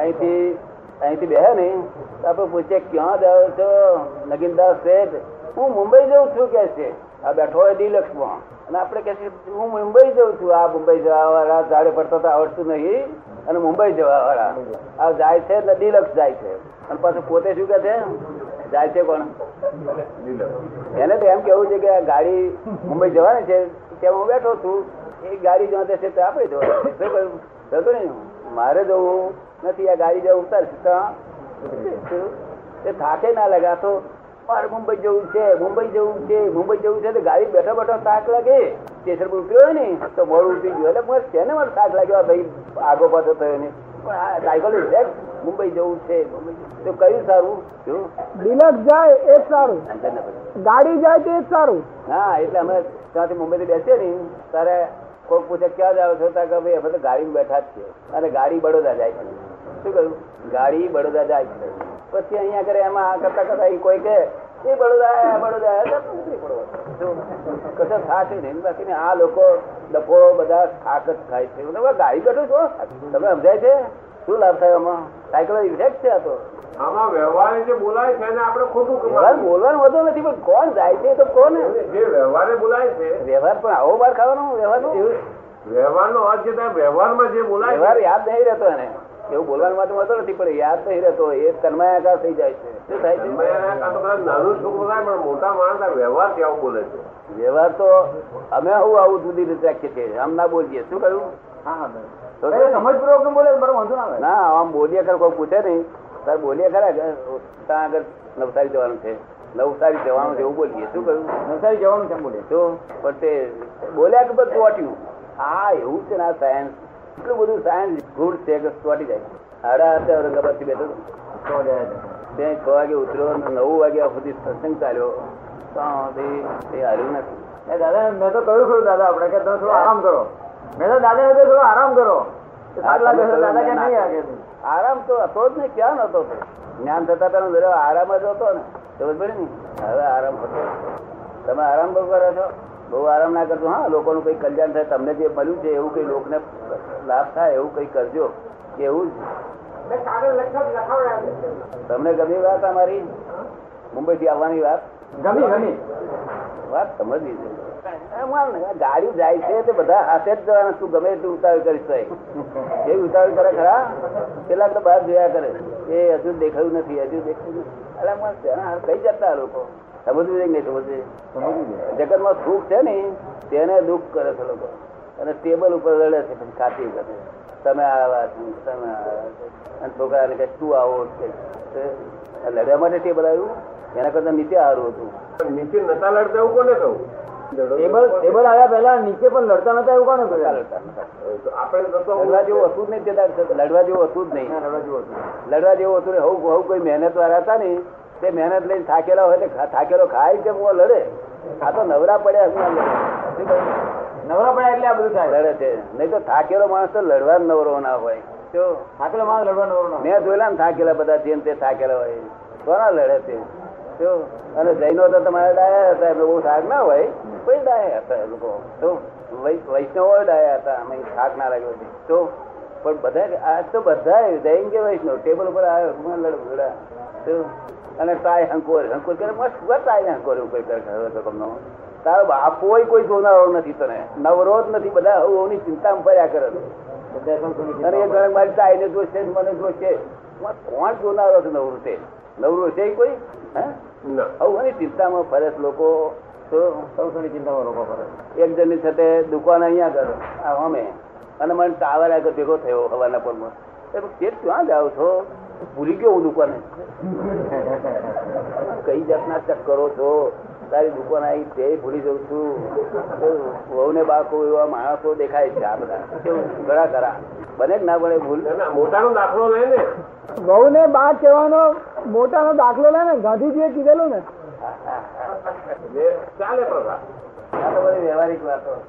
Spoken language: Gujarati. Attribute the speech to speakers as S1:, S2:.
S1: અહીંથી અહીંથી બેહે ને તો આપણે પૂછે ક્યાં જાઓ છો નગીનદાસ શેઠ હું મુંબઈ જઉં છું કે છે આ બેઠો હોય ડિલક્સમાં અને આપણે કહે છે હું મુંબઈ જઉં છું આ મુંબઈ જવા વાળા ઝાડે પડતા તો આવડતું નહીં અને મુંબઈ જવા વાળા આ જાય છે એટલે ડિલક્સ જાય છે અને પાછું પોતે શું કહે છે જાય છે કોણ એને તો એમ કેવું છે કે આ ગાડી મુંબઈ જવાની છે ત્યાં હું બેઠો છું એ ગાડી જ્યાં જશે ત્યાં આપણે જવાનું શું કહ્યું? સમજો ને? મારે જવું નથી આ ગાડી જ્યાં ઉતારશે ત્યાં શું? એ થાકે ના લગા તો મારે મુંબઈ જવું છે મુંબઈ જવું છે મુંબઈ જવું છે તો ગાડી બેઠા બેઠા તાક લાગે સ્ટેશન પર ઉતર્યો હોય ને તો મોડું ઉતરી ગયું એટલે મારે શેને મારે તાક લાગ્યો આ ભાઈ આગો પાછો થયો ને પણ આ સાયકલ રિલેક્સ મુંબઈ જવું છે મુંબઈ જવું. તો કયું સારું શું
S2: ડિલક્સ જાય એ જ સારું
S1: અંદર ના પડે.
S2: ગાડી જાય તે જ સારું
S1: હા એટલે અમે ત્યાંથી મુંબઈથી બેસીએ ને ત્યારે કોઈક પૂછે ક્યાં જાવ છો ત્યાં કે ભાઈ અમે તો ગાડીમાં બેઠા જ છીએ અને ગાડી બડોદા જાય છે શું કહ્યું ગાડી બડોદા જાય છે પછી અહીંયા આગળ એમાં આ કરતા કરતા અહીં કોઈ કે એ બડોદા આયા, બડોદા આયા." તો નથી બડોદા. શું? કશો થાક નહીં બાકી ને આ લોકો ડફો બધા થાક જ ખાય છે હું તો કહું, ગાડી બેઠો છો તમને સમજાય છે શું લાભ થયો આમાં સાયકલ ઇફેક્ટ છે આ તો
S3: આમાં વ્યવહારે જે બોલાય છે એને આપણે ખોટું
S1: વ્યવહાર
S3: કમાવું.
S1: બોલવાનું વધુ નથી પણ કોણ જાય છે એ તો કોણ
S3: જે વ્યવહારે બોલાય છે
S1: વ્યવહાર પણ આવો માર ખાવાનો વ્યવહાર
S3: વ્યવહારનો અર્થ છે ત્યાં વ્યવહારમાં જે બોલાય
S1: વ્યવહાર
S3: છે
S1: યાદ નહીં રહેતો એને એવું બોલવાનું માટે વાંધો નથી પણ યાદ નહીં રહેતો એ તન્માયાકાર થઈ જાય છે શું થાય
S3: એમાં
S1: છે
S3: એને કાં તો કદાચ નાનું છોકરું થાય પણ મોટા માણસ આ વ્યવહાર કેવો બોલે છે
S1: વ્યવહાર તો અમે હું આવું જુદી રીતે રાખીએ છીએ આમ ના બોલીએ શું કહ્યું તો તો ના આમ બોલીએ ખરા કોઈ પૂછે નહીં તારે બોલીએ ખરા કે ત્યાં આગળ નવસારી જવાનું છે નવસારી જવાનું છે એવું બોલીએ શું કહ્યું તો પણ તે બોલ્યા કે બધું ચોટ્યું હા એવું છે ને આ સાયન્સ એટલું બધું સાયન્સ ગુડ છે કે ચોટી જાય હાડા હાથે ઔરંગાબાદ થી બેઠો હતો. ત્યાં છ વાગે ઉતર્યો અને નવ વાગ્યા સુધી સત્સંગ ચાલ્યો ત્યાં સુધી તે હાર્યું નથી
S4: એ દાદા મેં તો કહ્યું ખરું દાદા આપણે કે તમે થોડો આરામ કરો મેં તો દાદા ને થોડો આરામ કરો તો સારું લાગે છે દાદા કે નહીં આગે છે.
S1: આરામ તો હતો જ નહીં ક્યાં નતો તો જ્ઞાન થતા પેલા દરિયો આરામ જ હતો ને સમજ પડી ને હવે આરામ હતો તમે આરામ બહુ કરો છો બહુ આરામ ના કરજો હા લોકોનું કંઈ કલ્યાણ થાય તમને જે મળ્યું છે એવું કંઈ લોકને લાભ થાય એવું કંઈ કરજો એવું જ તમને ગમી વાત અમારી મુંબઈથી આવવાની વાત
S4: ગમી ગમી
S1: વાત સમજવી છે એમ આમ ને, આ ગાડી જાય છે તે બધા હાથે જ જવાના શું ગમે એટલું ઉતાવળ કરીશ તો એ ઉતાવળ કરે ખરા કેટલાક તો બહાર જોયા કરે એ હજુ દેખાયું નથી હજુ દેખાયું નથી અલા માર તેના હાથ કઈ જતા આ લોકો સમજવું છે કે નહીં સમજવું છે? જગતમાં સુખ છે ને તેને દુઃખ કરે છે લોકો અને ટેબલ ઉપર રડે છે પછી ખાતી વખતે તમે આવા છો તમે આવા છો. અને છોકરાને કહે તું આવો કે તે લડવા માટે ટેબલ આવ્યું એના કરતા નીચે સારું હતું
S3: નીચે નતા લડતા એવું કોને કહું
S4: ટેબલ ટેબલ આવ્યા પહેલા નીચે પણ લડતા નતા એવું કોને
S1: ચાલો,
S4: કહ્યું
S1: ચાલો, ચાલો.
S3: તો આપણે તો તો-
S1: લડવા જેવું હતું જ નહીં તે દાડે. લડવા જેવું હતું જ નહીં
S4: લડવા જેવું હતું.
S1: લડવા જેવું હતું ને હવ હવ કોઈ મહેનત વાળા હતા ને તે મહેનત લઈને થાકેલા હોય એટલે ખા- થાકેલો ખાય કે હું લડે આ તો નવરા પડ્યા હશે આ લડે. શું કહ્યું?
S4: નવરા પડ્યા એટલે આ બધું થાય
S1: લડે છે નહીં તો થાકેલો માણસ તો લડવા જ નવરો ના હોય જો
S4: થાકેલો માણસ લડવા નવરો ના હોય.
S1: મેં જોયેલા ને થાકેલા બધા જેમ તે થાકેલા હોય કોના લડે તે જો અને જૈનો તો તમારે ડાયા હતા એમને બહુ થાક ના હોય કોઈ ડાયા હતા એ લોકો જો વૈ- વૈષ્ણવો ડાયા હતા અમે થાક ના લાગ્યો છે જો પણ બધા આજ તો બધા જૈન કે વૈષ્ણવ ટેબલ ઉપર આવ્યો હું લડું લડા જો અને તાય હંકોર હંકોર કરે મસ્ત વર તાય હંકોર એવું કોઈ કરે ખરો તો તમને તારો બાપ કોઈ કોઈ જોનારો નથી તને નવરો જ નથી બધા હવની ચિંતામાં ફર્યા કરે છે.
S4: બધા પણ કોની
S1: અને એ
S4: ચિંતા
S1: ગણ મારી તાઈને જોશે ને મને જોશે માં કોણ જોનારો છે નવરું તે નવરું છે કોઈ હે
S3: ના.
S1: આવું હોય ને ચિંતામાં ફરે છે લોકો તો
S4: સૌ સૌની ચિંતામાં લોકો કરે
S1: એક જણની સાથે દુકાન અહીંયા કરો આ અમે અને મને ટાવર આગળ ભેગો થયો હવાના પરમાં એ બોલ, "શેઠ, ક્યાં જાઓ છો ભૂલી ગયો હું દુકાને કઈ જાતના ચક્કરો છો તારી દુકાન આવી તે ભૂલી જાઉં છું વહુને બાળકો એવા માણસો દેખાય છે આ બધા કેવું? ઘણા ખરા બને કે ના બને ભૂલ
S3: ના, મોટાનો દાખલો લે ને
S2: વહુને બા કહેવાનો મોટાનો દાખલો લે ને ગાંધીજીએ કીધેલું ને
S3: એટલે ચાલે પ્રભા
S1: આ તો બધી વ્યવહારિક વાતો